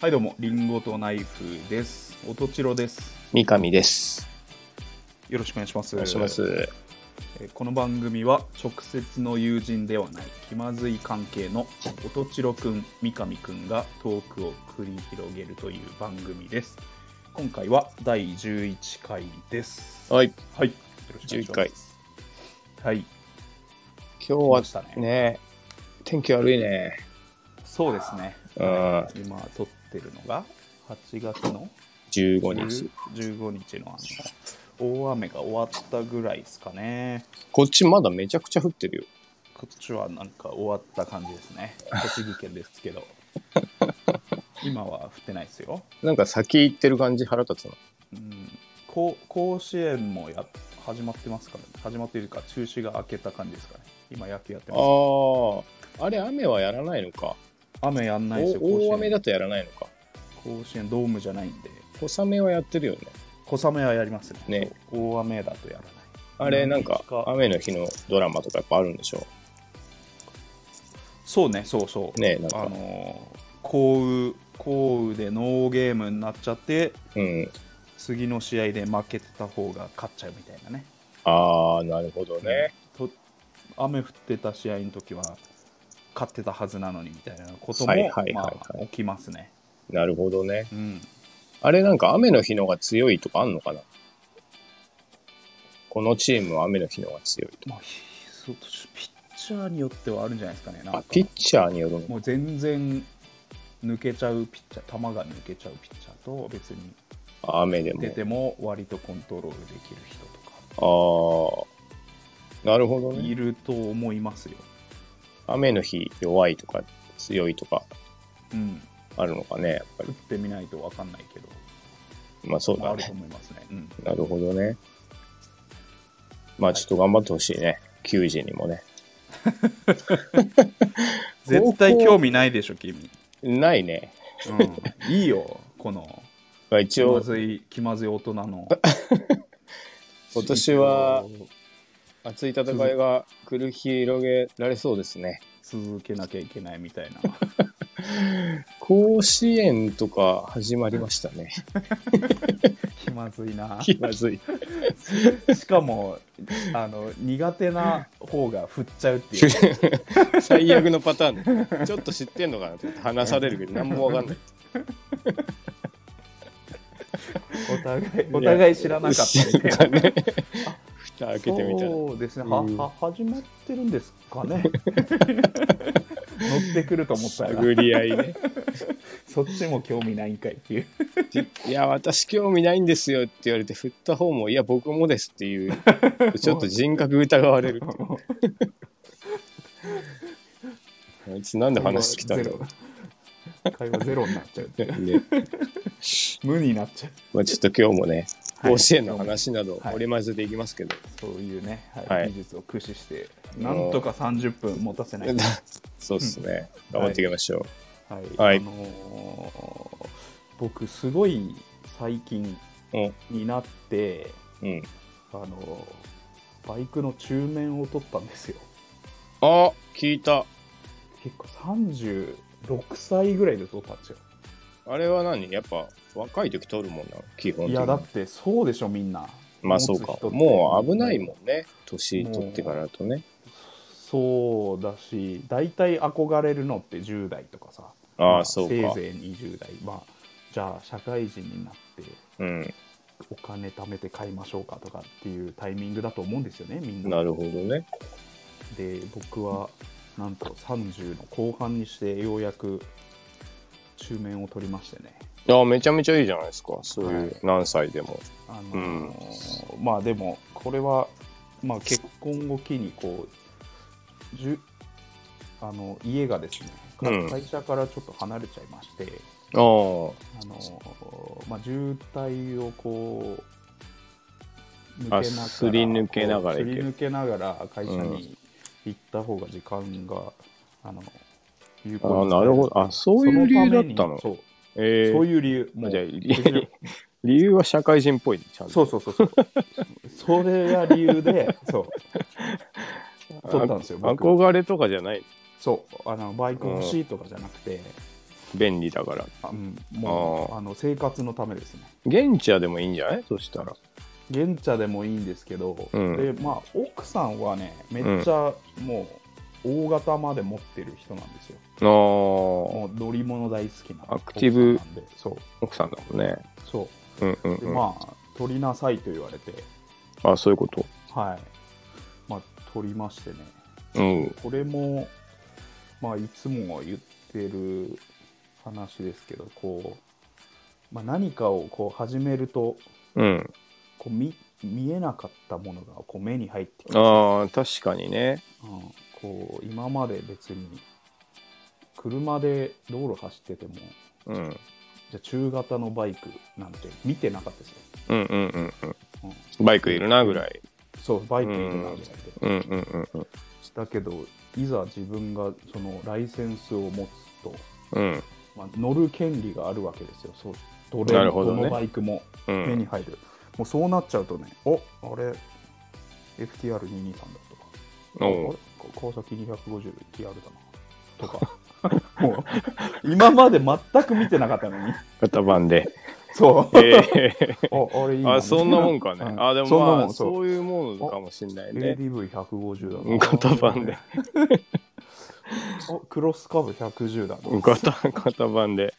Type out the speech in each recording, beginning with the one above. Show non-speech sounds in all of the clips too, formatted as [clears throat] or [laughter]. はいどうも、リンゴとナイフです。おとちろです。三上です。よろしくお願いします。お願いします。えーこの番組は直接の友人ではない気まずい関係のおとちろくん、三上くんがトークを繰り広げるという番組です。今回は第11回です。はい。はい。よろしくお願いします。はい。今終わ日したねはね、天気悪いね。そうですね。うん。今撮ってるのが8月の15日。 15日のあの大雨が終わったぐらいですかね。こっちまだめちゃくちゃ降ってるよ。こっちはなんか終わった感じですね。栃木県です [laughs] けど。今は降ってないですよ。なんか先行ってる感じ腹立つな。うん、こう甲子園もや始まってますから、ね、始まっているか中止が明けた感じですかね。今野球やってます。ああ。あれ雨はやらないのか。雨やんないですよ。お大雨だだとやらないのか。甲子園ドームじゃないんで、小雨はやってるよね。小雨はやりますね。ね大雨だとやらない。あれなんか何日か雨の日のドラマとかやっぱあるんでしょそうね、そうそう。ねえなんあか。のー、降雨、降雨でノーゲームになっちゃって、うん。次の試合で負けてた方が勝っちゃうみたいなね。ああ、なるほどね。と雨降ってた試合の時は勝ってたはずなのにみたいなことも、はいはいはいはいまあ、起きますね。なるほどね。うん、あれなんか雨の日のが強いとかあんのかなこのチームは雨の日のが強いとか。まあ、ひそうピッチャーによってはあるんじゃないですかね。なんかあ、ピッチャーによるのもう全然抜けちゃうピッチャー、球が抜けちゃうピッチャーと、別に雨でも出。ても割とコントロールできる人とか、ああ、なるほどいね。ると思いますよ。雨の日弱いとか強いとかうん、あるのかね、やっぱ打ってみないと分かんないけど、り。まあそうまあ、だあるとね。思いますね。うんなるほどね。まあちょっと頑張ってほしいね。球児にもね。絶対興味ないでしょ、君。ないね。うん、いいよ、このまあ、気一ま応、ずい気まずい大人 [laughs] の今年は熱い戦いが繰り広げられそうですね。続けなきゃいけないみ [laughs] たいな甲子園とか始まりましたね。気まずいな [laughs] 気まずい。しかもあの苦手な方が振っちゃ [laughs] うっていう最悪のパターン。ちょっと知ってんのかなと思って話されるけど、何もわかんない。お互いお互い知らなかったみたいたなね。蓋開けてみたら。そうですねはうんは始まってるんです [laughs] かね乗ってくると思ったら探り合いね。 [laughs] そっちも興味ないんかいっていういや、私興味ないんですよって言われて、振った方も、いや、僕もですって [laughs] いう、ちょっと人格疑われる。あいつなんで [laughs] 話してきたんだろゼロ会話ゼロになっちゃうう。ね無になっちゃうまあ、ちょっと今日もね、はい甲子園の話など織り交ぜていきますけど、そういうね、はいはい技術を駆使して、なんとか30分持たせないと、 [laughs] そうですね、頑張っていきましょう。はいはいあのー僕、すごい最近になって、うん。あのーバイクの中面を取ったんですよ。あ聞いた。結構36歳ぐらいで取ったんですよ。あれは何やっぱ若い時取るもんなの基本い的や、だっに。てそうでしょ、みんな。まあそうか持つ人。ってもう危ないもんね。年取ってからだとね。そうだし、大体憧れるのって10代とかさ、まあああ、そうせいぜか。い20代、まあ、じゃあ社会人になって。うん。お金貯めて買いましょうかとかっていうタイミングだと思うんですよねみんな。なるほどね。で僕はなんと30の後半にしてようやく中面を取りましてねいや、めちゃめちゃいいじゃないですか。そう、はいいう何歳でも。あのーまあでもこれは、まあ、結婚を機にこうじゅあの家がですねかうん会社からちょっと離れちゃいまして、ああ、あのーまあ、渋滞をこあすり抜けながら行けるう抜けながらこうすり抜けながら会社に行った方が時間が、あのああ有に使えなるほど。あ、そういう理由だったの。そうえそうえ。いう理由もうじゃあ別に [laughs] 理由は社会人っぽいね、ちゃんと。そうそうそうそうそれが理由でそう取ったんですよあ僕憧れとかじゃない。そうあのバイク欲しいとかじゃなくて、便利だから。あうん、もうああの生活のためですね現地はでもいいんじゃないそしたら。現茶でもいいんですけど、うんでまあ、奥さんはねめっちゃもう大型まで持ってる人なんですよ、ああ、もう乗り物大好きなアクティブ奥さんなんでそう奥さんだもんね。そうんうんうで、うん。あまあ取りなさいと言われてあ、そういうこと。はいまあ取りましてねうん。これもまあいつも言ってる話ですけどこう、まあ、何かをこう始めるとうん。こう見見えなかったものがこう目に入ってくるああ、確かにね。うんこう今まで別に車で道路走っててもじうん。ゃあ中型のバイクなんて見てなかったですよ、うんうんうんうん。うん、バイクいるなぐらい。そうバイクいるなみたいうんうんうんうん。なだけどいざ自分がそのライセンスを持つと、うんまあ、乗る権利があるわけですよそうどなれるほどどねのバイクもう目にん。入る、もうそうなっちゃうとねおあれ FTR223 だとかおおう川崎 250TR だな [laughs] とかもう今まで全く見てなかったのに型番 [laughs] で。そえう、えああれいいあ、そんなもんかね。うんあ、でもそんなまもあ、んそうそういうものかもしんないね。 ADV150 だうんな型番で。 [laughs] おクロスカブ110だな型、型番で。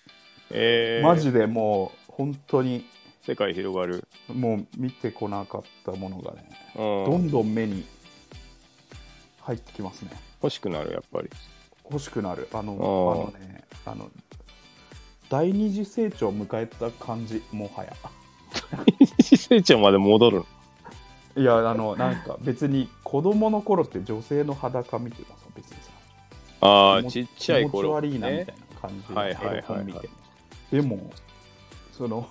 えー、マジでもう本当に世界広がる。もう見てこなかったものがねうどん。んどん目に入ってきますね欲しくなる、やっぱり。欲しくなるあのおうあのねあの第二次成長を迎えた感じもはや成長まで戻るの。いやあの [laughs] なんか別に子供の頃って女性の裸見てもさ別にさああ、気持ちっちゃい頃、気持ち悪いなみねたい。な感じはいはいはいはいエロ本見てでもその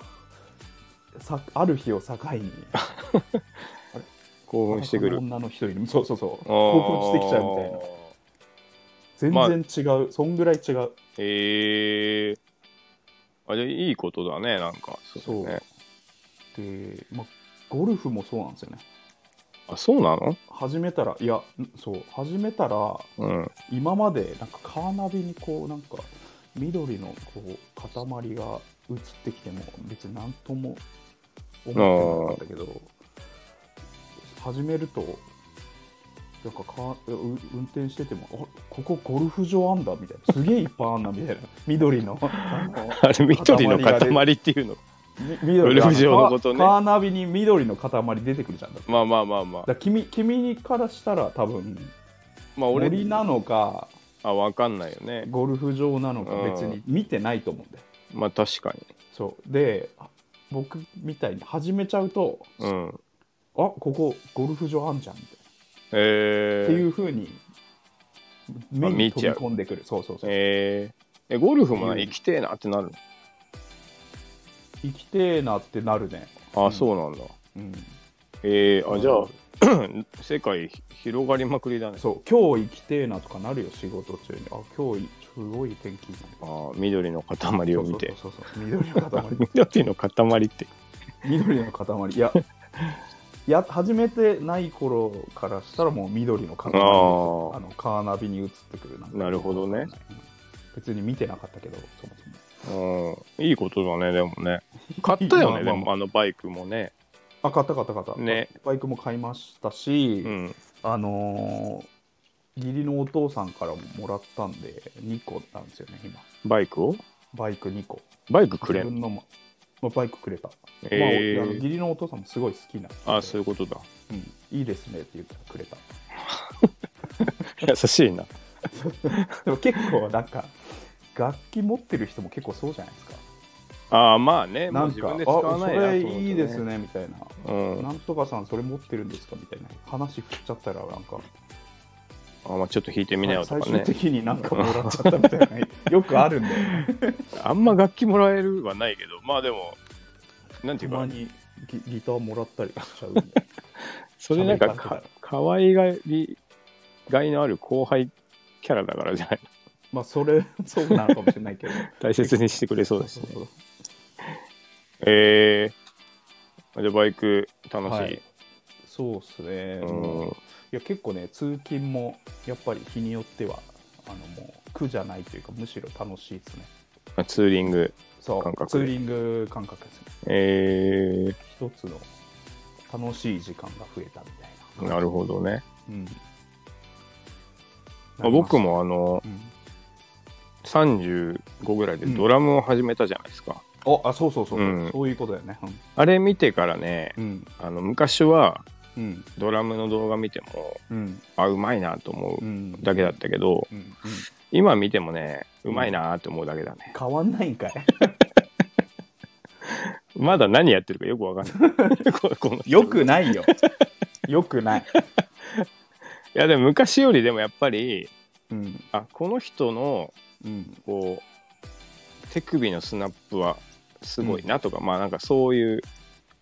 さある日を境に興奮してくる。女の人にそうそうそうあー興奮してきちゃうみたいなまあ全然違う、そんぐらい違うへえー。あ、じゃあいいことだね、なんか。そうだね。で、まあ、ゴルフもそうなんですよねあ、そうなの始めたらいやそう始めたらうん。今までなんかカーナビにこうなんか緑のこう塊が映ってきても別に何とも思ってなかったけど始めるとなんかカーう運転しててもあここゴルフ場あんだみたいなすげえいっぱいあんなみたいな [laughs] 緑のあのあれ、緑の塊っていうの。み緑ゴルフ場のことねカーカーナビに緑の塊出てくるじゃんだっ [laughs] てまあまあまあまだあか。ら君君からしたら多分まあ、俺森なのかあ、わかんないよね。ゴルフ場なのかうん別に見てないと思うんだよ、まあ、確かに。そうであ僕みたいに始めちゃうとあうん。ここゴルフ場あんじゃんみたいなえっえていうふうに目まあに見飛ちびゃう込んでくるそうそうそう、えーえ、ゴルフもな、うん行きてえなってなる生きてえなってなるねの。うあ、んそうなんだ。うんええあ、じゃあ、 [clears throat] 世界広がりまくりだね。そう今日生きてえなとかなるよ仕事中にあ今日すごい天気になるあー緑の塊を見て。そうそうそうそう緑の塊 [laughs] 緑の塊って。緑の塊いやいや始めてない頃からしたらもう緑の塊ですよあーあのカーナビに映ってくるなんかなるほどね別に見てなかったけどそもそもうん、いいことだね、でもね。買ったよま [laughs] あまあね、でも、あのバイクもね。あ買った買った買った、ねバイクも買いましたし、うん。あのー義理のお父さんからももらったんで2個なんですよね今バイクをバイク2個バイクくれ自ん分のも、まあ、バイクくれた、えまあ、あのえ義理のお父さんもすごい好きなあ、そういうことだ。うん、いいですねって言ったらくれた優しいな。でも結構なんか楽器持ってる人も結構そうじゃないですか。ああ、まあね、もなうん自か、分で使わあそないなと思うれとねいいです。ねみたいな、うん。なんとかさんそれ持ってるんですかみたいな話振っちゃったらなんか、あまあ、ちょっと弾いてみなよと最か終ね。的になんかもらっちゃったみたいなよく [laughs] あるんだよね。あんま楽器もらえるはないけど、まあでも、なんてたいうまか、にギギターもらったりし [laughs] ちゃうんでそれなんか喋りかけた、からかわいがりがいのある後輩キャラだからじゃない。 [laughs] まあそれそうなのかもしれないけど。大切にしてくれそうですそうね。そうえー、じゃあバイク楽しい。はいそうっすね。うんいや結構ね通勤もやっぱり日によってはあのもう苦じゃないというかむしろ楽しいですね。あツーリング。そ感う覚ツーリング感覚ですねえ一つの楽しい時間が増えたみたいー、ななるほどね。うんまあ、僕、もあの、うん、 35ぐらいでうんドラムを始めたじゃないですか。おあそうそうそう、うんそういうことだよねうんあれ見てからね、うんあの昔はうんドラムの動画見ても、うんあ、うまいなと思ううんだけだったけど、うんうん、今見てもね、うまいなって思うだけだね。変わんないんかいまだ何やってるかよくわかん [laughs] ない。ここの人よくない [laughs] よよくない、いやでも昔よりでもやっぱりうんあこの人のうん、こう手首のスナップはすごいなとか、まあなんかそういう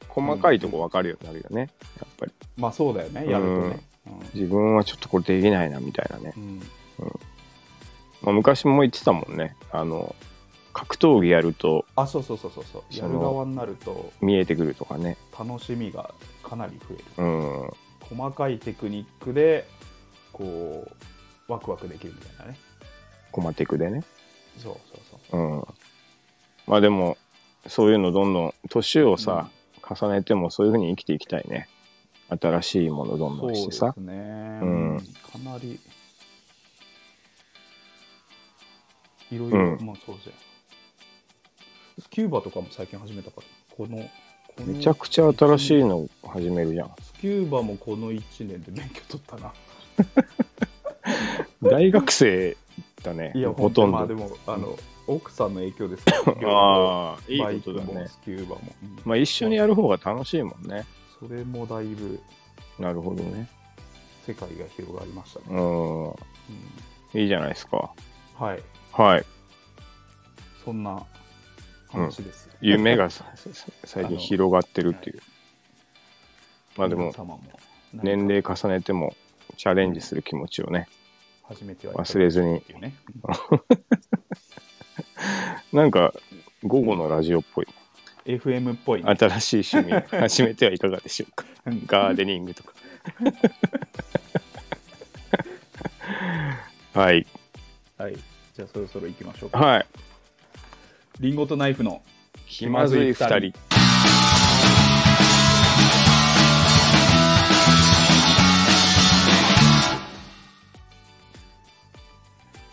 細かいとこ分かるようになるよね、やっぱりまあそうだよねやるとね、自分はちょっとこれできないなみたいなね、うんうんまあ、昔も言ってたもんねあの格闘技やるとあそうそうそうそうそうそやのる側になると見えてくるとかね楽しみがかなり増えるうん細かいテクニックでこうワクワクできるみたいなねコマテクでねそうそうそううんまあでもそういうのどんどん年をさ、重ねてもそういうふうに生きていきたいね新しいものどんそどうんでしてすねさ、うんかなりいろいろ、うんまあそうですねキューバとかも最近始めたからこのこのめちゃくちゃ新しいの始めるじゃんスキューバもこの1年で免許取っ [laughs] たな。大学生だねいや、ほとんまあどでも、あの、奥さんの影 [laughs] 響ですけああいいバイことクだもねスキューバも。うんまあ一緒にやる方が楽しいもんねそれもだいぶなるほどね世界が広がりましたね。ううんいいじゃないですかんはい、はいそんな話です。夢が [laughs] さささ最近広がってるっていうまあでも皆様も年何齢重ねてもチャレンジする気持ちをねか始めてはいかが忘れずにっていうね。うんなんか午後のラジオっぽい FM っぽいね、新しい趣 [laughs] 味を始めてはいかがでしょうかうんガーデニング [laughs] とかはいはい。じゃあそろそろ行きましょうか。はいリンゴとナイフの気まずい二人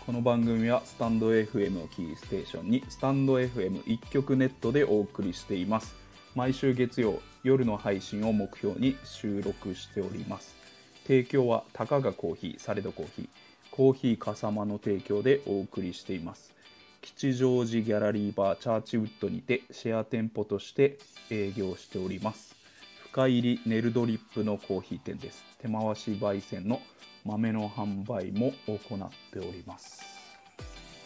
この番組はスタンド FM をキーステーションにスタンド FM 一曲ネットでお送りしています毎週月曜夜の配信を目標に収録しております提供はたかがコーヒーサレドコーヒーコーヒーかさまの提供でお送りしています吉祥寺ギャラリーバーチャーチウッドにてシェア店舗として営業しております深入りネルドリップのコーヒー店です手回し焙煎の豆の販売も行っております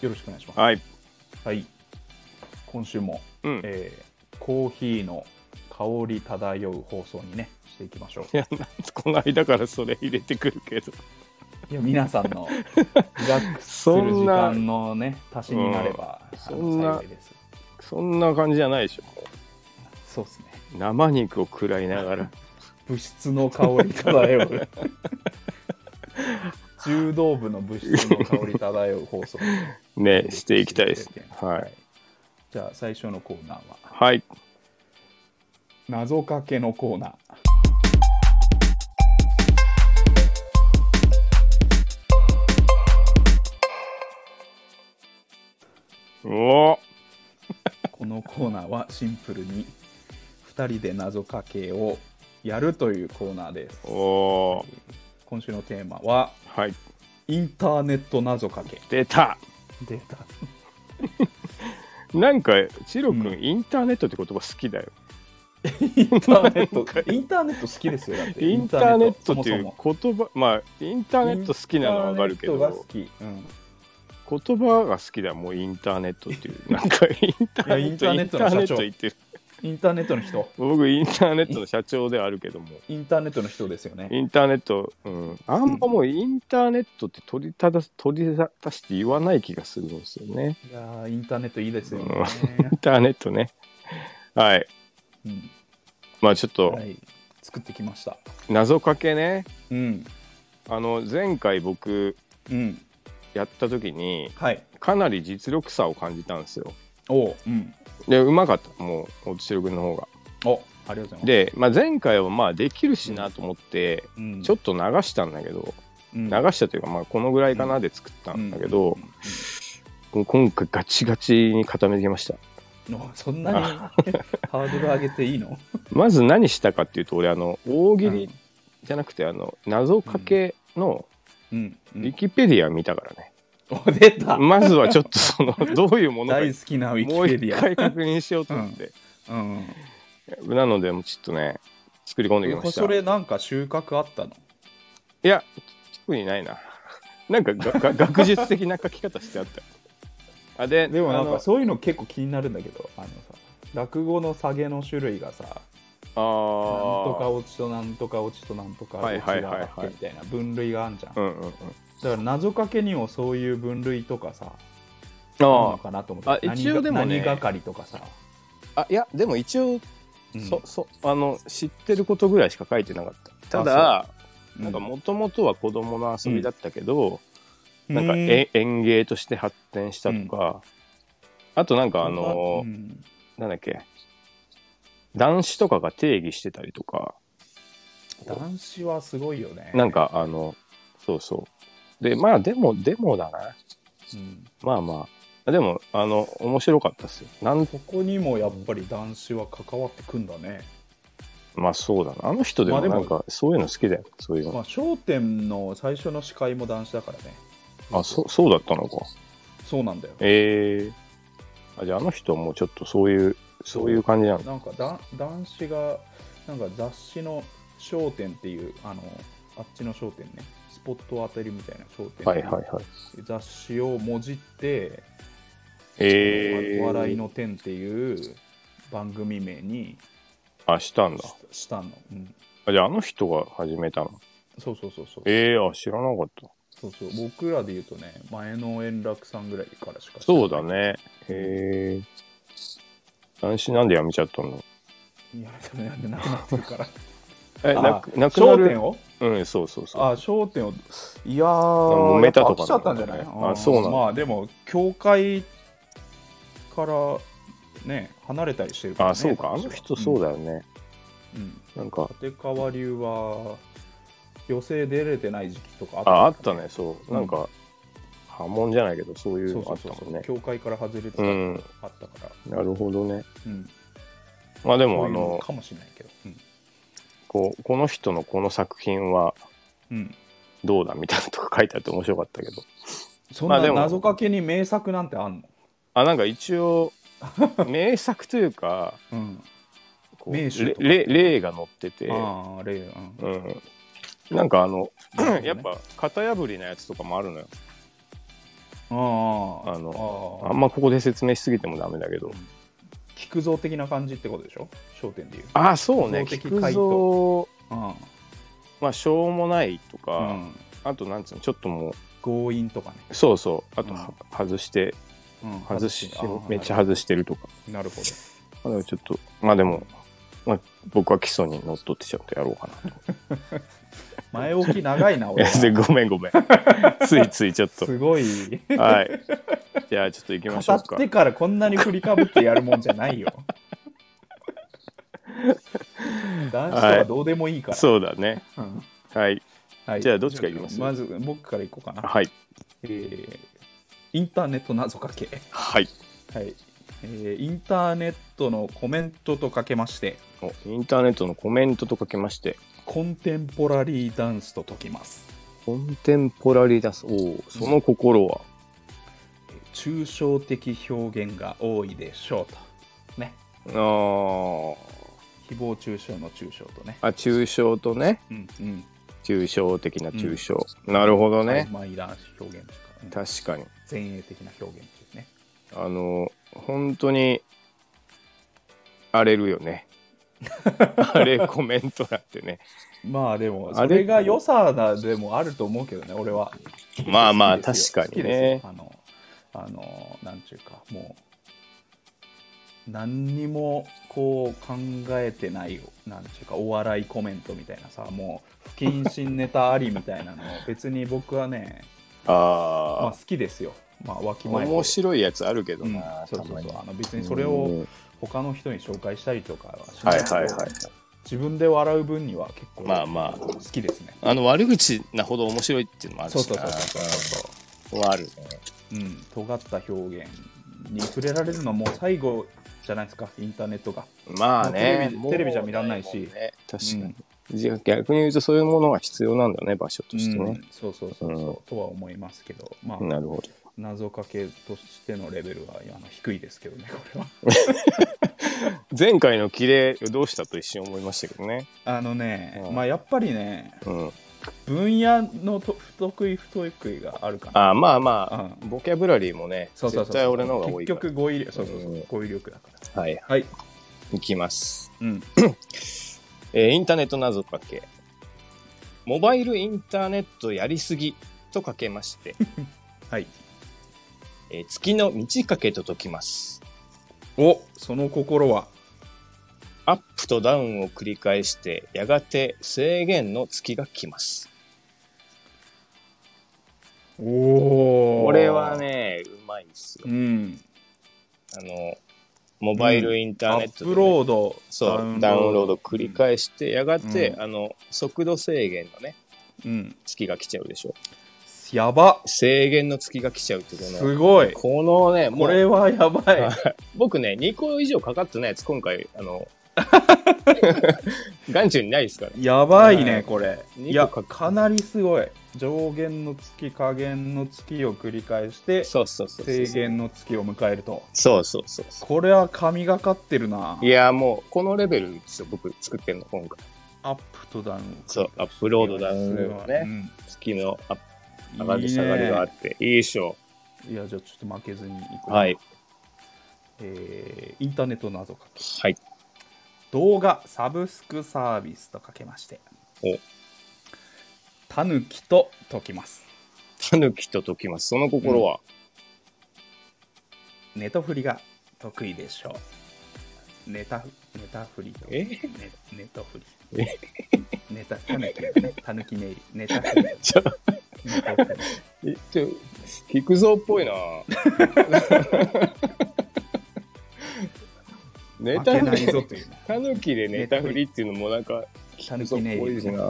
よろしくお願いしますはいはい今週も、うんえーコーヒーの香り漂う放送にねしていきましょいうやなんこの間からそれ入れてくるけどいや皆さんのリラックスすそる時んな間の [laughs] ね足しになれば、うんそあのんな幸いですそんな感じじゃないでしょもそうですねう生肉を食らいながら物質の香り漂う [laughs] 柔道部の物質の香り漂う放送 [laughs] ねしていきたいですねははいい、じゃあ最初のコーナーははい謎かけのコーナーおこのコーナーはシンプルに2人で謎かけをやるというコーナーですおお今週のテーマはーはいインターネット謎かけ出た出たなんかチロ君、うんインターネットって言葉好きだよインターネ [laughs] ットインターネット好きですよだってインターネットイっンてタいーネうッ言ト葉まあインタそもそもーネット好きなのはわかるけインターネットがど好き、うん言葉が好きだよもうインターネットって [laughs] いうなんかインターネットいやインターイネンッタトーのネッ社長ト言ってるインターネットの人僕インターネットの社長ではあるけどもインターネットの人ですよねインターネット、うん、あんまもうインターネットって取りただ取り立たして言わない気がするんですよね。いやーインターネットいいですよね、インターネットね。はい。うんまあちょっとはい、作ってきました謎かけね。うんあの前回僕うんやった時にはいかなり実力差を感じたんですよ。おううんでうまかったもう落ちる君の方がおありがとうございます、で、まあ、前回はまあできるしなと思ってうん、ちょっと流したんだけどうん流したというかまあこのぐらいかなで作ったんだけど、今回ガチガチに固めてきましたうんうんそんなにハードル上げていいのまず何したかっていうと俺あの大喜利じゃなくてあの謎かけのうん、うウんィキペディア見たからね、お出たまずはちょっとそ [laughs] のどういうものか大好きなウィもキうペデ一ィア回確認しようと思って、うんなのでもうちょっとね作り込んできましたそれなんか収穫あったのいや特にないななんかがが [laughs] 学術的な書き方してあったあででもなんあのかそういうの結構気になるんだけどあのさ落語の下げの種類がさなんとかあ落ちとなんとか落ちとなんとかは落いちはいはいがはいあってみたいな分類があるじゃん、ーうんうんうんだから謎かけにもそういう分類とかさああるのかなと思あって一応でもね何が何係とかさ、ーあいやでも一応、うんそそあの知ってることぐらいしか書いてなかったただあなんかもともとは子供の遊びだったけど、うんなんかうんえ園芸として発展したとか、あとなんかあのう、んなんだっけ男子とかが定義してたりとか男子はすごいよねなんかあのそうそうでまあでもでもだなうんまあまあでもあの面白かったっすよなんここにもやっぱり男子は関わってくんだねまあそうだなあの人でもまあでもなんかそういうの好きだよそういうまのあ『笑点』の最初の司会も男子だからねあそそうだったのかそうなんだよええあじゃああの人はもうちょっとそういうそういう感じなんだなんかだ男子がなんか雑誌の『笑点』っていうあのあっちの『笑点』ねスポットを当てるみたいな『笑点』はいはいはい雑誌をもじって「ええお笑いの点」っていう番組名にあしたんだししたの、うん、あじゃああの人が始めたのそうそうそうそうええあ知らなかったそうそう僕らで言うとね前の円楽さんぐらいからしか知らなそいうだねへえ男子なんでやめちゃったのいやでもやめなくなってる [laughs] からえなくなくな焦点るをうんそうそうそうあ焦点をいや揉ーめたとかやっぱ飽きちゃったんじゃないなのかねあそうなのまあでも教会からね離れたりしてるから、ね、あそうかあの人そうだよね、うん、うんなんか立川流は寄席出れてない時期とかあったああったねそそう、うんなんか波紋じゃないけどそういううそうのあそうったもんね教会から外れてたうんあったから、なるほどねうん、まあででもあのかもしれないけど、うんこうこの人のこの作品はうん、どうだみたいなとか書いてあって面白かったけどそんまあでなも謎かけに名作なんてあんの、あなんか一 [laughs] 応名作というかうん、こう名手れとかれ例が載ってて、ああ例うんうん、なんかあのなるほどね [coughs] やっぱ型破りなやつとかもあるのよあああのあんまここで説明しすぎてもダメだけど菊蔵的な感じってことでしょ焦点で言うああそうね構造的菊回蔵あまあしょうもないとあ、うか、ん、あとなんつうのちょっとも強引とかね、うそうそうあとは、外してうん、外しあーめっちゃ外してるとかなるほどまあでもちょっとまあでも、まあ、僕は基礎にのっとってちゃんとやろうかなと前置き長 [laughs] いな俺えではごめん [laughs] ごめんついついちょっとすごいはいじゃあちょっと行きまし語ょうっかてからこんなに振りかぶってやるもんじゃな [laughs] いよ男子とかどうでもいいから、そうだねうんはいはいじゃあどっちからいきますまず僕からいこうかな、はいえーインターネット謎かけはいはい、えーインターネットのコメントとかけましておインターネットのコメントとかけましてコンテンポラリーダンスと解きますコンテンポラリーダンスおーその心は、えー抽象的表現が多いでしょうとねあ誹謗中傷の中傷とねああ抽象とねうんうん抽象的な抽象、なるほどね、マイラン表現とか、うん確かに前衛的な表現っていうねあの本当に荒れるよ [laughs] ねあれコメントなんてねまあでもあそれれが良さなでもあると思うけどね俺はまあまあ好きですよ確かにね好きですよあのあのなんちゅうかもう何にもこう考えてないなんちゅうかお笑いコメントみたいなさもう不謹慎ネタありみたいなの別に僕はねまあ、あ好きですよ、まあ、わきあ、まえ面白いやつあるけどうんな、そうたそまうにそうあの別にそれをうん他の人に紹介したりとかはしなはいいけどはいはい自分で笑う分には結構まあまあ好きですね、あの悪口なほど面白いっていうのもあるしそなうそうそうそううそうんはあるねうん、尖った表現に触れられるのはもう最後じゃないですかインターネットがまあねもうテレビテレビじゃ見らんないしもうね確かに、じゃあ逆に言うとそういうものが必要なんだね場所としてうねん、そうそうそうそう、うんとは思いますけどまあ、なるほど謎かけとしてのレベルはあの低いですけどねこれは前回の綺麗どうしたと一瞬思いましたけどねあのね、うんまあやっぱりねうん分野のと不得意不得意があるかなあーまあまあ、うボキャブラリーもねそうそうそう絶対俺の方が多いから結局語彙力そうそうそう、うん語彙力だからはいはいいきます、うんえーインターネット謎かけモバイルインターネットやりすぎとかけま [laughs] して、はいえー月の満ち欠けと解きますおその心はアップとダウンを繰り返してやがて制限の月が来ますおおこれはねうまいですようんあのモバイルインターアネッットプでねロードそうダウンロード繰り返してやがて、うんあの速度制限のねうん月が来ちゃうでしょやば制限の月が来ちゃうってこすのごいこのねもこれうはやばい僕ね2個以上かかってないやつ今回あ [laughs] の眼中にないですからやばいはねいこれ二個いやかかなりすごい上限の月下限の月を繰り返してそうそうそうそう制限の月を迎えるとそうそうそうそこれは神がかってるなういやもうこのレベルですよ僕作ってるの今回アップとダウンそうアップロードダウンロードねね月のアップいい上がり下がりがあっていいでしょねいやじゃあちょっと負けずにいこうはいえーインターネット謎かけはい動画サブスクサービスとかけましておタヌキと解きますタヌキと解きますその心は、ネトフリが得意でしょうネタフネタフリとえネネトフリネタタヌキだねタヌキネイリネ [laughs] タフリ [laughs] ちょネタフリえちょ菊蔵っぽ [laughs] いなネ負タけフないリぞというねタヌキでネタフリっていうのもなんかタヌそキうネイ多いですリな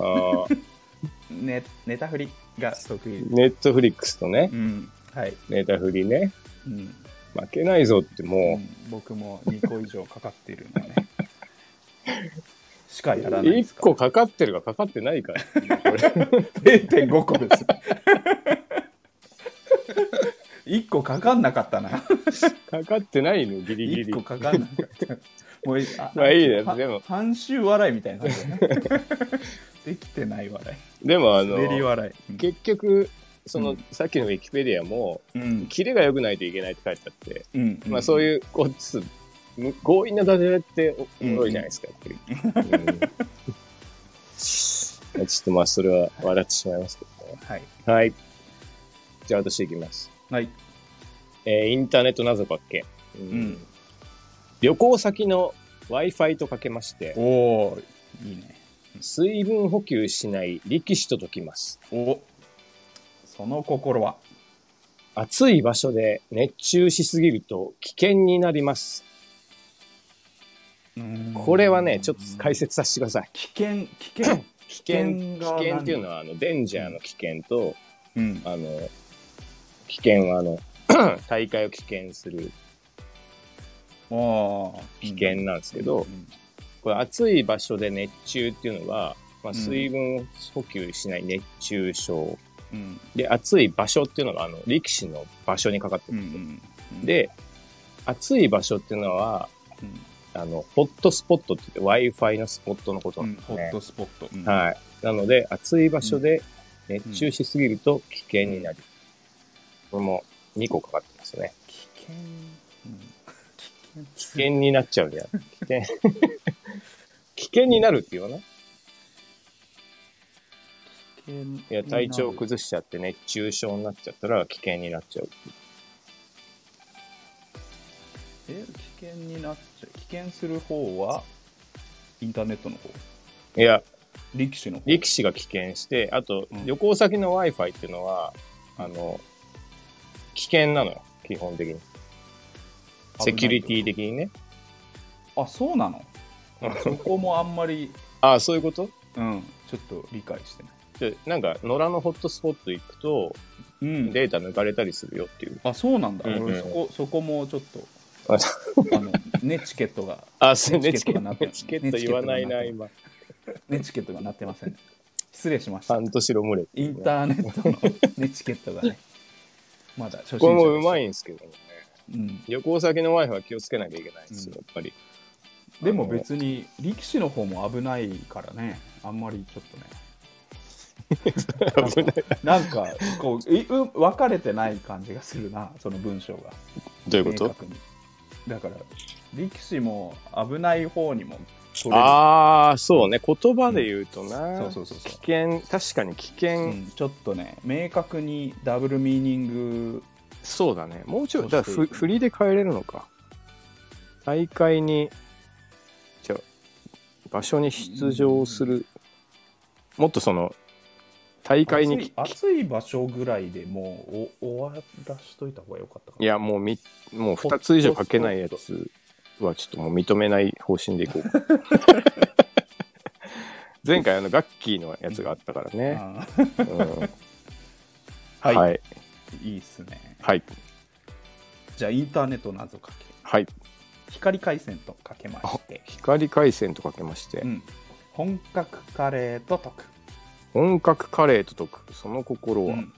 ネネタフリが得意ネットフリックスとねうんはい、ネタフリねうん負けないぞってうもん僕も2個以上かかってるんでねしかうやらないです1か個らかかってるかかかってないかこれ0.5個です。1個かかんなかったな。かかってないのギリギ1個リかかんなかった。もういあまあいいねはでも半周笑いみたいな感じだね。できてない笑でもあい。滑りの笑い。結局そうのんさっきのウィキペディアもうん。キレが良くないといけないって書いてあってうん。まあそうういうこうつむ強引なダジャレっておうんおもろいじゃないですか、やっぱり。うん [laughs] まあちょっとまあそれは笑ってしまいますけどね。ん。はい。はい。じゃあ私いきます。はい。えーインターネット謎かけ。ううん旅行先の Wi-Fi とかけましてお、おいいね。水分補給しない力士と解きます。おその心は。暑い場所で熱中しすぎると危険になります。これはね、ちょっと解。説させてください。危険、危険。危険、危険危が険っていうのは、あの、デンジャーの危険と、うん。あの、危険は、あの、 [clears throat] 大会を棄権するああ。危険なんですけど、うんこれ暑い場所で熱中っていうのは、まあ、ん水分補給しない熱中症。うん。で、暑い場所っていうのが、あの、力士の場所にかかってうる。ん。うん、で、暑い場所っていうのは、うんあの、ホットスポットって言って Wi-Fi のスポットのことうなんんですホッね。トスポット。うんはい。なので、暑い場所で熱中しすぎると危険になり、これも2個かかってますね。危険、うん、危危険になっちゃう [laughs] じゃん。危険。危険になるって言わない険いや、体調崩しちゃって熱中症になっちゃったら危険になっちゃう。え危険になっちゃう危険する方はインターネットの方いや、力士の方力士が危険して、あとうん、旅行先の Wi-Fi っていうのは、あの、危険なのよ、基本的に。セキュリティ的にね。あそうなのそこもあんまり、ああ、そういうことうん、ちょっと理解してない、でなんか、野良のホットスポット行くと、うん、データ抜かれたりするよっていう。あそうなんだ、うんうん俺そこそこもちょっとああのネチケットがあ、そう、ネネチチケケットがなッっト、てネチケット言わないな、ネチケット今。ネチケットがなってません失礼しました半年ロムレインターネットのネチケットがねまだ初心者これもうまいい、んですけどね。うん、旅行先の Wi-Fi は気をつけなきゃいけないですよ、うやっぱり。でも別に力士の方も危ないからねあんまりちょっとね [laughs] 危ない。なんかこういうん分かれてない感じがするなその文章がどういう明こと確にだから力士も危ない方にも取れるああ、そうね。言葉で言うとな。そうそうそうそう危険、確かに危う険、んちょっとね明確にダブルミーニングそうだね。もうちょい、そうだそからうふ振りで帰れるのか。大会に、じゃあ場所に出場する。もっとその、大会に、暑い暑い場所ぐらいでもうお終わらしといた方が良かったかいなや、もうみ、もう2つ以上書けないやつはちょっともう認めない方針でいこ [laughs] うか。前回あのガッキーのやつがあったから [laughs] ね。あうんーはい、、はいい。いっすねはい。じゃあインターネット謎かけはい。光回線とかけまして、光回線とかけまして、うん、本格カレーと解く、本格カレーと解く、その心うは、ん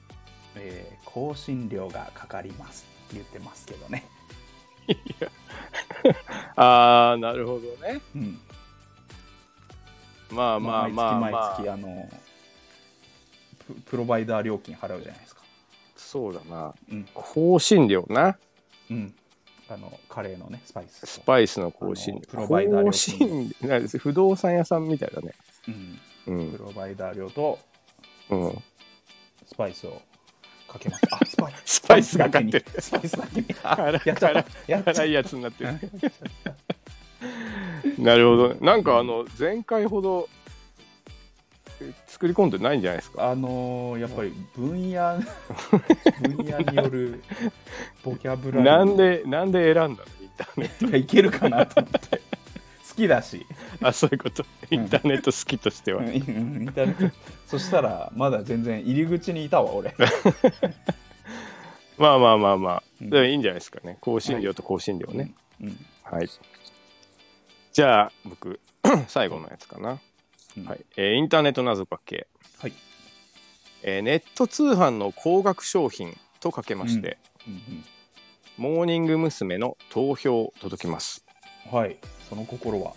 えー香辛料がかかります言ってますけどね、ああ、なるほどね。うんまあまあまあ、まあ、毎月毎月あのププロバイダー料金払うじゃないですかそうだな。うん香辛料な。うんあのカレーのねスパイスとスパイスの香辛あ料。のプロバイダー料香辛料 [laughs] なんか。不動産屋さんみたいだね。うん、うプん。ロバイダー料とうん、スパイスをかけますあスパイススパイスがかってる。スパイスだけに [laughs] 辛あいやっちゃったやっちゃった辛いやつになってる。 [laughs] なるほど。なんかあの、前回ほどえ作り込んでないんじゃないですか。あのーやっぱり分野分野によるボキャブラリーなんで、なんで選んだのインターネッいやいけるかなと思って [laughs] 好きだし、 [laughs] ト。あ、そういうこと。インターネット好きとしては。うんうんインターネットそしたらまだ全然入り口にいたわ俺まあまあまあまあ、う [laughs] んでもいいんじゃないですかね。香辛料と香辛料ね。うんはい。じゃあ、僕、 [clears throat] 最後のやつかな。うんはい。えーインターネット謎かけ、はいえーネット通販の高額商品とかけまして、うんモーニング娘。の投票届きます。うんはいその心は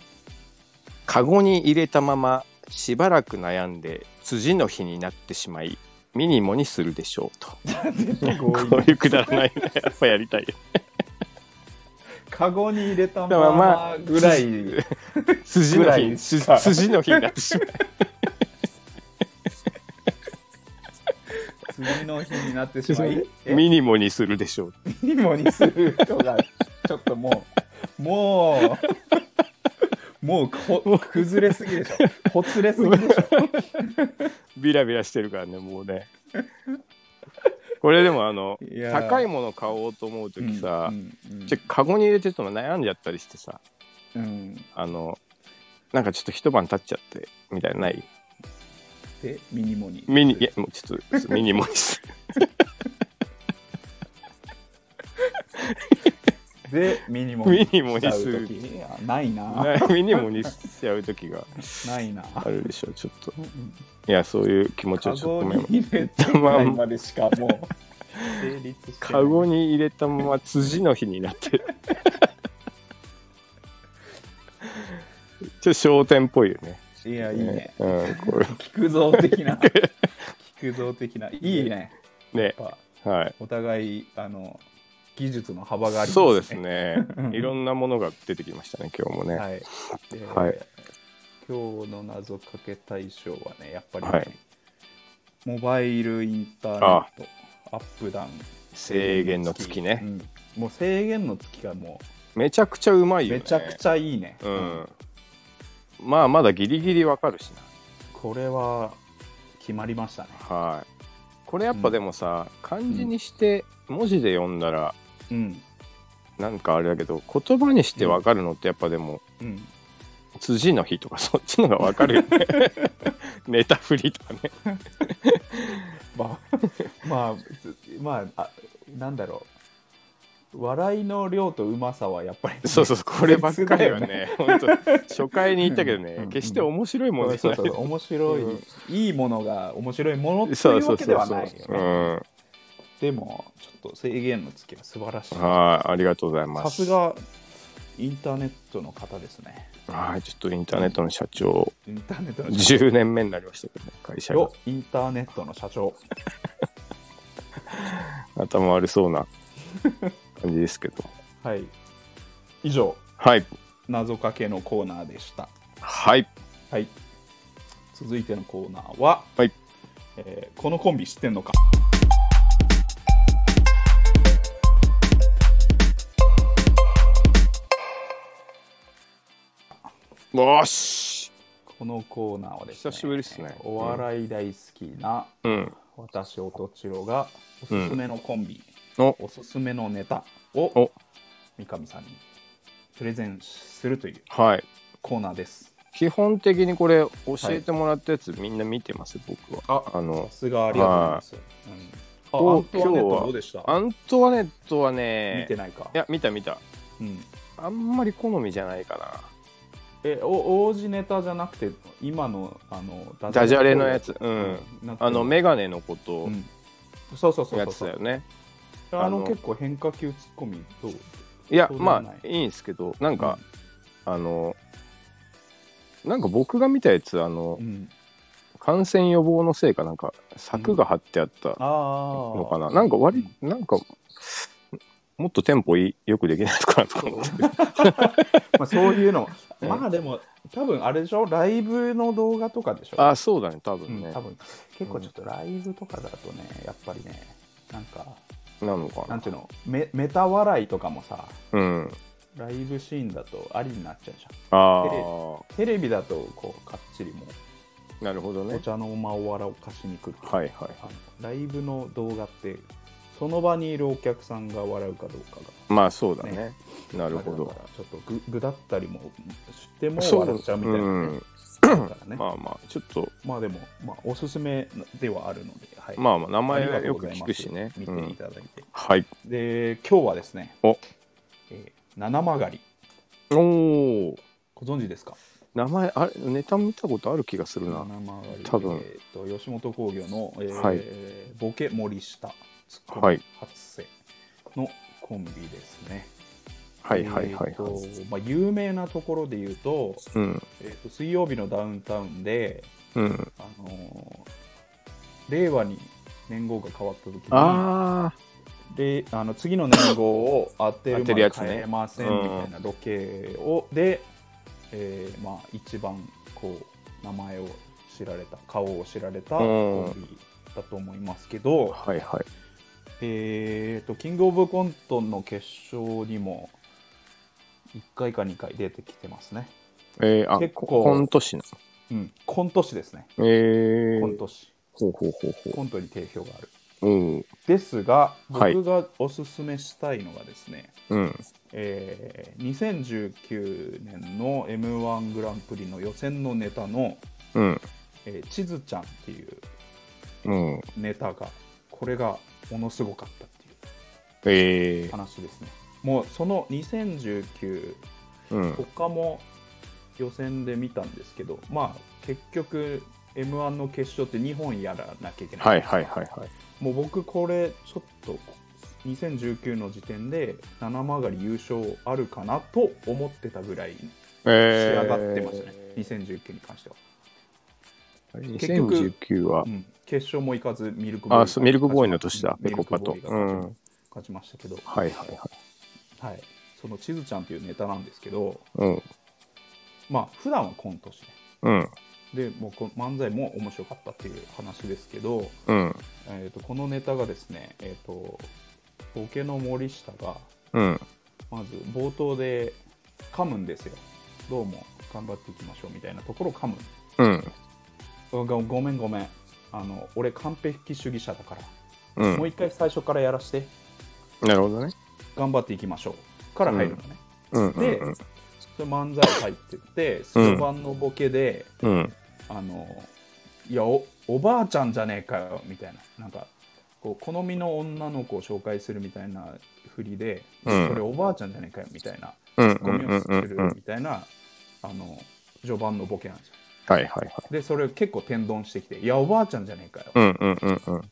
カゴに入れたまま、しばらく悩んで、辻の日になってしまい、ミニモにするでしょうと。絶対強引 [laughs] こういうくだらないね。やっぱやりたい。カゴに入れたまだからままあぐらい、筋ぐのら日いし筋 [laughs] か筋の日になってしまう次の日になってし [laughs] まいミニモにするでしょうミニモにする人がちょっともうもうもうほ崩れすぎでしょほつれすぎでしょビラビラしてるからねもうねこれでもあのいやー高いもの買おうと思う時さ、うんうんちょカゴに入れてても悩んじゃったりしてさうんあのなんかちょっと一晩経っちゃってみたいなのないでミニモにミニいやもうちょっとミニモにするでミニモミニモにすしちゃうる時いやないなな [laughs] ミニモにしちゃう時がないなあるでしょちょっといやそういう気持ちカをちょっゴとごめにん入れたままでしかもう成立してないカゴに入れたまま辻の日になってる [laughs] ちょっと商店っぽいよねいやいいねうん、これ菊蔵的な菊蔵的ないいねね、やっぱはい。お互いあの技術の幅がありますねそうですね。いろんなものが出てきましたね、今日もね。はい、えーはい今日の謎かけ対象はねやっぱりね、はいモバイルインターネットアップダウン制限の月ね。うんもう制限の月がもめちゃくちゃうまういよね。めちゃくちゃいいねうん。まあ、まだギリギリわかるしこれは決まりましたねな。はい。これやっぱでもさ、漢字にして文字で読んだらうんなんかあれだけど言葉にして分かるのってやっぱでも、うん辻の日とかそっちのが分かる [laughs] よねネタフリとかねまあ [laughs] まあつまああなんだろう笑いの量とうまさはやっぱりね、そうそうそうこればっかりは別だね本当初回に言ったけどね、うん決して面白いもそのうじそゃうないそう面白い、うんいいものが面白いものってそいううそわうけそでうはそうないようねんでもちょっと制限のつきは素晴らしいはいありがとうございまさすすがインターネットの方ですねはいちょっとインターネットの社長インターネットの社10年目になりましたけど、ね、会社が長よインターネットの社長頭悪そうな感じですけどはい以上はい謎かけのコーナーでしたはいはい続いてのコーナーは、はいえーこのコンビ知ってんのかよしこのコーナーはですね久しぶりっすねお笑い大好きなうん私音千代がおすすめのコンビ、おおすすめのネタおを三上さんにプレゼンするというはいコーナーです基本的にこれ教えてもらったやつ、みんな見てます僕はああさのすがありがとうございます、うんあおアントワネ今日ットはどうでしたアントワネットは見ねてないかいや見た見たうんあんまり好みじゃないかなえお王子ネタじゃなくて今のあのダジャレのやつ、う、うんなんかあのメガネのことうんそうそうそうやそうつだそようね。あのあの結構変化球ツッコミどういやそうでもないまあいいんですけどなんか、あのなんか僕が見たやつあのうん、うん感染予防のせいかなんか柵が張ってあったあーのかな、なんか割りなんかもっとテンポいいよくできないのかなとか思ってまあ、そうい [laughs] うの、うんまあでも多分あれでしょライブの動画とかでし [laughs] ょあそうだね多う分んね、多分結構ちょっとライブとかだとねやっぱりねなんかなのかななんていうのメメタ笑いとかもさうんライブシーンだとありになっちゃうじあゃテレんテレビだとこうかっちりもあなるほどうおね茶の間を笑かしに来るけど、はいはいあのライブの動画ってその場にいるお客さんが笑うかどうかがまあそうだねねなるほあだどからちょっとぐぐだったりもしてもそう笑っちゃうみたいなね、んだから [laughs] ね、まあまあちょっとまあでも、まあ、おすすめではあるので、はい、まあまあ名あ前りがはとうよごくざい聞まくすしね。見うていん、ただいて、はい。で今日はですねおえー七曲がりおお。ご存知ですか名前あれネタ見たことある気がするな。曲がり多分えー、と吉本興業の、えーはいボケ森下ツッコミはい初瀬のコンビですね、はいはいはいえーはい。とまあ、有名なところで言うと,、うんえーと水曜日のダウンタウンで、うん。あのー令和に年号が変わった時にあであの次の年号を当て当るてまるやでつね変えませんみたいなロケを、で、えーまあ、一番こう名前を知られた顔を知られたコンビだと思いますけど、あ。はいはい。えー、とキングオブコントの決勝にも1回か2回出てきてますね、えー、あ結構コント師なうん、コント師ですねの。えコンー。ト師、ほうほうほうほコントに定評があるう。うん。ですがはい僕がおすすめしたいのがですね、うん。えー2019年の m 1グランプリの予選のネタのうん。 「えー地図ちゃん」っていううん。ネタがこれがものすごかったっていえう話ですねもうその2019ー。うん。他も予選で見たんですけどまあ結局 m 1の決勝って2本やらなきゃいけない、はいはいはいはい。もう僕これちょっと2019の時点で七曲り優勝あるかなと思ってたぐらい仕えー。上がってましたね、2019に関しては、結局2019はう。ん決勝も行かずミルクあそうミルクボーイの年だうんペコパとミルクボーイがう勝ちん勝ちましたけど、はいはいはい。はい、その「地図ちゃん」というネタなんですけどうん。まあ普段はコント師うん。ででもうこ漫才も面白かったっていう話ですけど、うん。えー、とこのネタがですね、えー、とボケの森下がうん。まず冒頭で噛むんですよどうも頑張っていきましょうみたいなところを噛むうん。ごごごめんごめんあの俺完璧主義者だから、う。もうん一回最初からやらしてなるほどね。頑張っていきましょうから入るのね、うんうんでうん。それ漫才入ってってその晩のボケで、うん。あのいやおおばあちゃんじゃねえかよみたいななんかこう好みの女の子を紹介するみたいな振りで、うんそれおばあちゃんじゃねえかよみたいなうんゴミうんうをんう吸ってんうるん。みたいな、あの序盤のボケなんですよはいはいはい。でそれを結構天丼してきて「いやおばあちゃんじゃねえかよ」うんうんうんうん。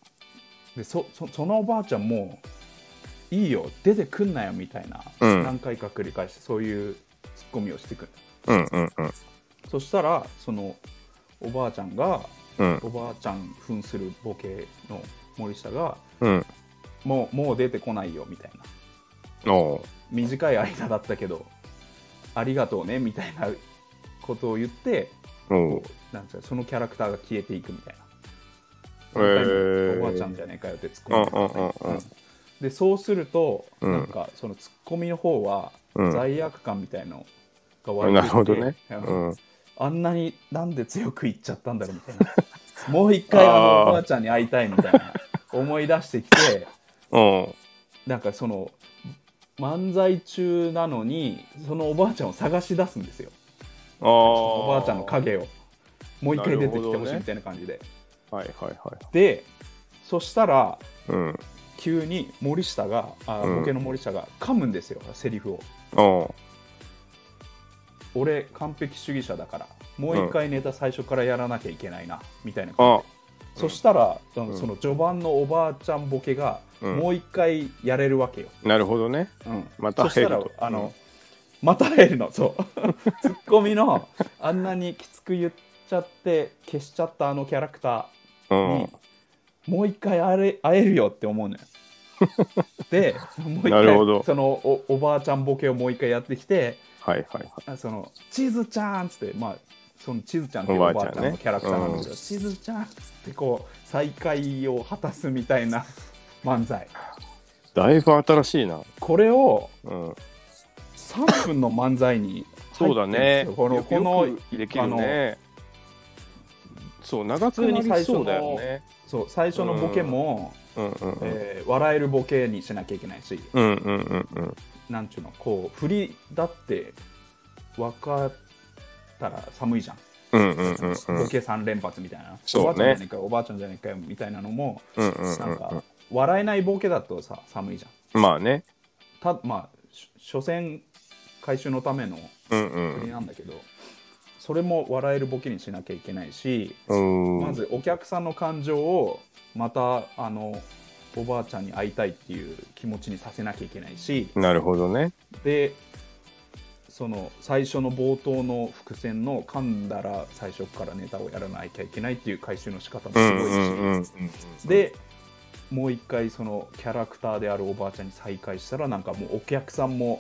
でそそそのおばあちゃんもういいよ出てくんなよみたいな、うん何回か繰り返してそういうツッコミをしてくるうんうんうん。そしたらそのおばあちゃんがうんおばあちゃん扮するボケの森下がうん。もうもう出てこないよみたいなおう短い間だったけどありがとうねみたいなことを言っておうこうなんつうのそのキャラクターが消えていくみたいな、へーおばあちゃんじゃねえかよってツッうんコうミんうんうん。でそうすると、うんなんかそのツッコミの方は、うん罪悪感みたいのがな湧るいほてどきて、ね。うん。あんなになんで強く言っちゃったんだろうみたいな [laughs] もう一回あのあーおばあちゃんに会いたいみたいな思い出してきてうん。なんかその漫才中なのにそのおばあちゃんを探し出すんですよああ。おばあちゃんの影をもう一回出てきてほしいみたいな感じで、はいはいはい。でそしたらうん。急に森下があうんボケの森下が噛むんですよセリフを。おう俺完璧主義者だからもう一回ネタ最初からやらなきゃいけないな、みたいな感あじそしたら、あうのんその序盤のおばあちゃんボケが、うんもう一回やれるわけよ、なるほどね。うんまたそした減るらと。あの、また減るのそう [laughs] ツッコミのあんなにきつく言っちゃって消しちゃったあのキャラクタうん、ーうにん。、もう一回会えれ会えるよって [laughs] 思うのよでもう一なるほど回そのおおばあちゃんボケをもう一回やってきてはいはいはい。あそのチズちゃんっつって、まあ、そのチズちゃんっていうおばおあちばゃんねあちゃんのキャラクターなんですけど、チズちゃんっつってこう再会を果たすみたいな [laughs] 漫才だいぶ新しいな。これをうん。 3分の漫才にそ入っうだてるんですねよ。このよくこのよくできるね。そう、長くなりそうだよね。そう最初のボケも、うんうんうん。えー笑えるボケにしなきゃいけないしうんうんうんうん。なんちゅうのこう振りだって分かったら寒いじゃん、うんうんうんうん。ボケ3連発みたいな、そうねおばあちゃんじゃねえかよおばあちゃんじゃねえかよみたいなのもうんうんなんうんか笑えないボケだとさ寒いじうゃんん。まあね。たまあし所詮回収のためのうんう国んなんだけど、それも笑えるボケにしなきゃいけないし、うん。まずお客さんの感情をまたあのおばあちゃんに会いたいっていう気持ちにさせなきゃいけないしなるほどね。でその最初の冒頭の伏線の噛んだら最初からネタをやらなきゃいけないっていう回収の仕方もうすんごいし。うんうんうん。でもう一回そのキャラクターであるおばあちゃんに再会したらなんかもうお客さ [laughs] んも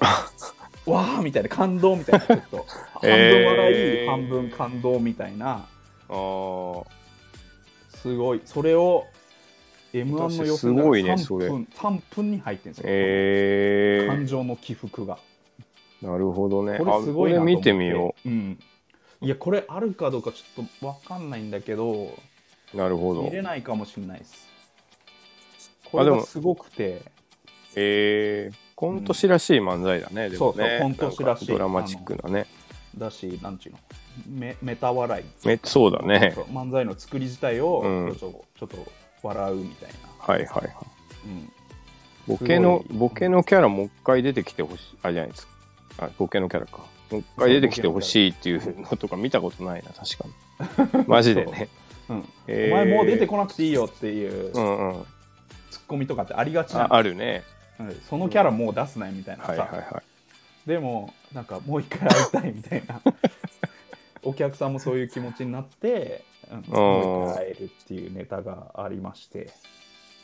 わあみたいな感動みたいなちょっと半分笑い、えー半分感動みたいなあーすごいそれを m 1の予選すごいね3それ分3分に入ってるんですよ、え感ー。情の起伏がなるほどね。これすごいなあとこれ思って見てみよう、ん、いやこれあるかどうかちょっと分かんないんだけどう。なるほ見ど。れないかもしれないですこあれでもがすごくてえー。コント師らしい漫才だね。でもそうそうねコント師らしいなんかドラマチックなね。だしなんちゅうのメメタ笑いめそうだねそ。う漫才の作り自体をうんちょっと,、ちょっと笑うみたいな、はいはいはい。うん、ボケのすごいボケのキャラもう一回出てきてほしいあじゃないですかあボケのキャラかもう一回出てきてほしいっていうのとか見たことないな確 [laughs] かにマジでね、うんえーお前もう出てこなくていいよっていううツッんうんコミとかってありがちあなあるねうんそのキャラもう出すなよみたいなさ、はいはいはでもなんかもう一回会いたいみたい [laughs] なお客さんもそういう気持ちになって、うん、もう一回会えるっていうネタがありましいて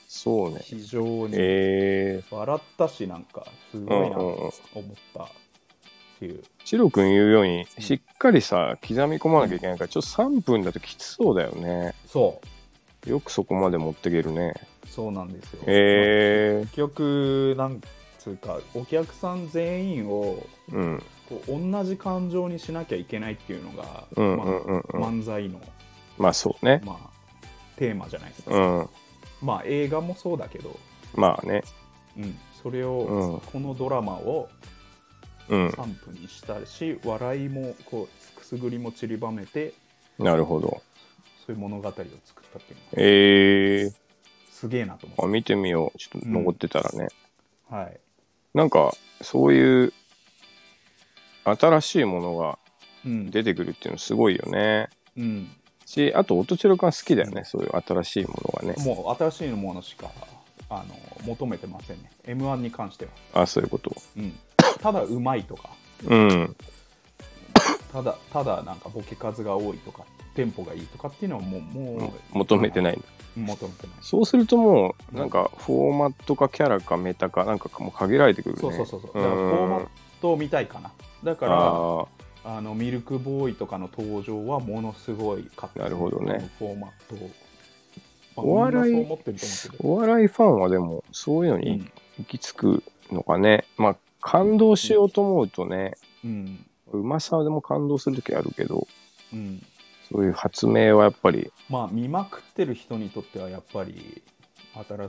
そうね非常にえ笑ったしなんかすー、ごういんなうんとうん思ったっていう、チロ君言うようにしっかりさ刻み込まなきゃいけないからちょっと3分だときつそうだよねそうよくそこまで持ってけるねそうなんですよ。え結局、なんつうか、お客さん全員をー、うんこう同じ感情にしなきゃいけないっていうのが、うんうんうんうんまあ漫才の、まあそうねまあ、テーマじゃないですうか、んまあ映画もそうだけど、まあねうん、それを、うんこのドラマをうん散布にしたし笑いもこうくすぐりも散りばめてなるほどそういう物語を作ったっていうのはえー、すげえなと思あっ見てみようちょっと残ってたらね、て、はい、なんかそういう新しいものがうん出てくるっていうのすごいよねうん、しあと音千代君好きだよねそういう新しいものがねもう新しいものしかあの求めてませんね m 1に関しては、あそういうことうん、ただうまいとかうんただただなんかボケ数が多いとかテンポがいいとかっていうのはもうもう求めてないい求めてないそうするともうなんかフォーマットかキャラかメタかなんかかもう限られてくるねそうそうそうそうだうからフォーマッんトを見たいかなだからああのミルクボーイとかの登場はものすごいかったですなるほどねこのフォーマットを、まあお笑いみんなそう思ってると思うけーお笑いファンはでもそういうのどに行き着くのかねまあ感動しようと思うとねうんうんうまさでも感動する時あるけどうんそういう発明はやっぱりまあ見まくってる人にとってはやっぱり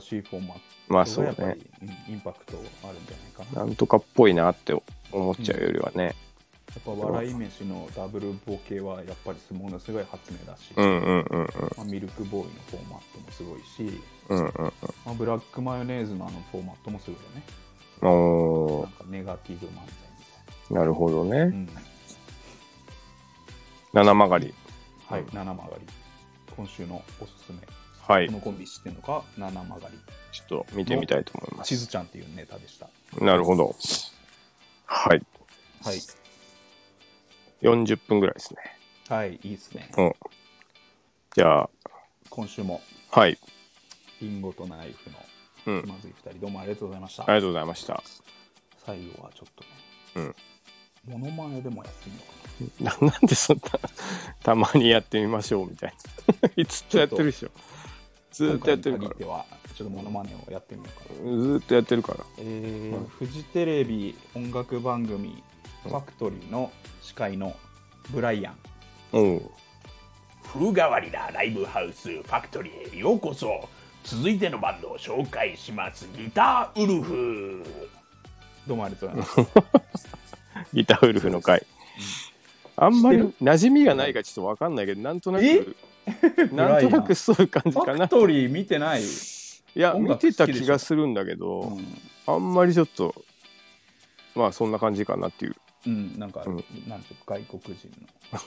新しいフォーマッまあトそうがやっぱねり、うんインパクトあるんじゃないかななやっんとかっぽいなって思っちゃうよりはね、ぱ笑い飯のダブルボケはやっぱりものすごい発明だし、うまん、うんうんあ、ミルクボーイのフォーマットもすごいし、うんうんうんまあ、ブラックマヨネーズのあのフォーマットもすごいよねうんおなんかネガティブ漫才みーなるほどたいねな、うん七曲がりはい、うん七曲がり。今週のおすすめ。はいこのコンビ知ってるのか、七曲がり。ちょっと見てみたいと思いま地す図ちゃんっていうネタでした。なるほどはいはい。 40分ぐらいですねはい、いいですね。うんじゃあ今週も、はいリンゴとナイフのうん気まずい二人、どうもありがとうございました。ありがとうございました最後はちょっとう [laughs] ねん、モノマネでもやってみようかななんでそんなたまにやってみましょうみたいな [laughs] ずっとやってるでしょずな。ーっとやってる今から回に限っては、ちょっとモノマネをやってみようかな。ずーっとやってるからえー、フジテレビ音楽番組、ファクトリーの司会のブライアン。うん風変わりなライブハウスファクトリーへようこそ続いてのバンドを紹介しますギターウルフどうもありがとうございます。ギターウルフの回あんまり馴染みがないからちょっとわかんないけどなんとなく [laughs] なんとなくそういう感じフかァなクトリー見てない、いや音見楽てた好きでし気ょがするんだけうどんあんまりちょっとまあそんな感じかなっていううん、なんか、うんなんていうか外国人の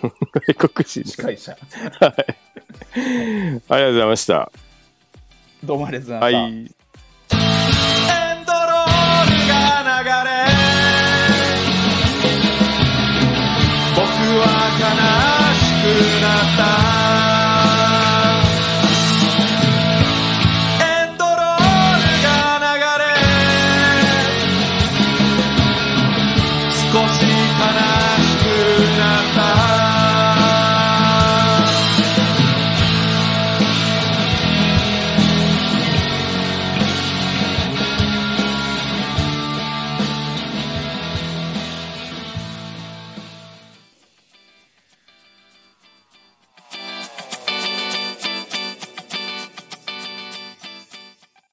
外国人司 [laughs] 会者ありがとうございましたどうもありがとうござはいました、いエンドロールが流れ僕は悲しくなった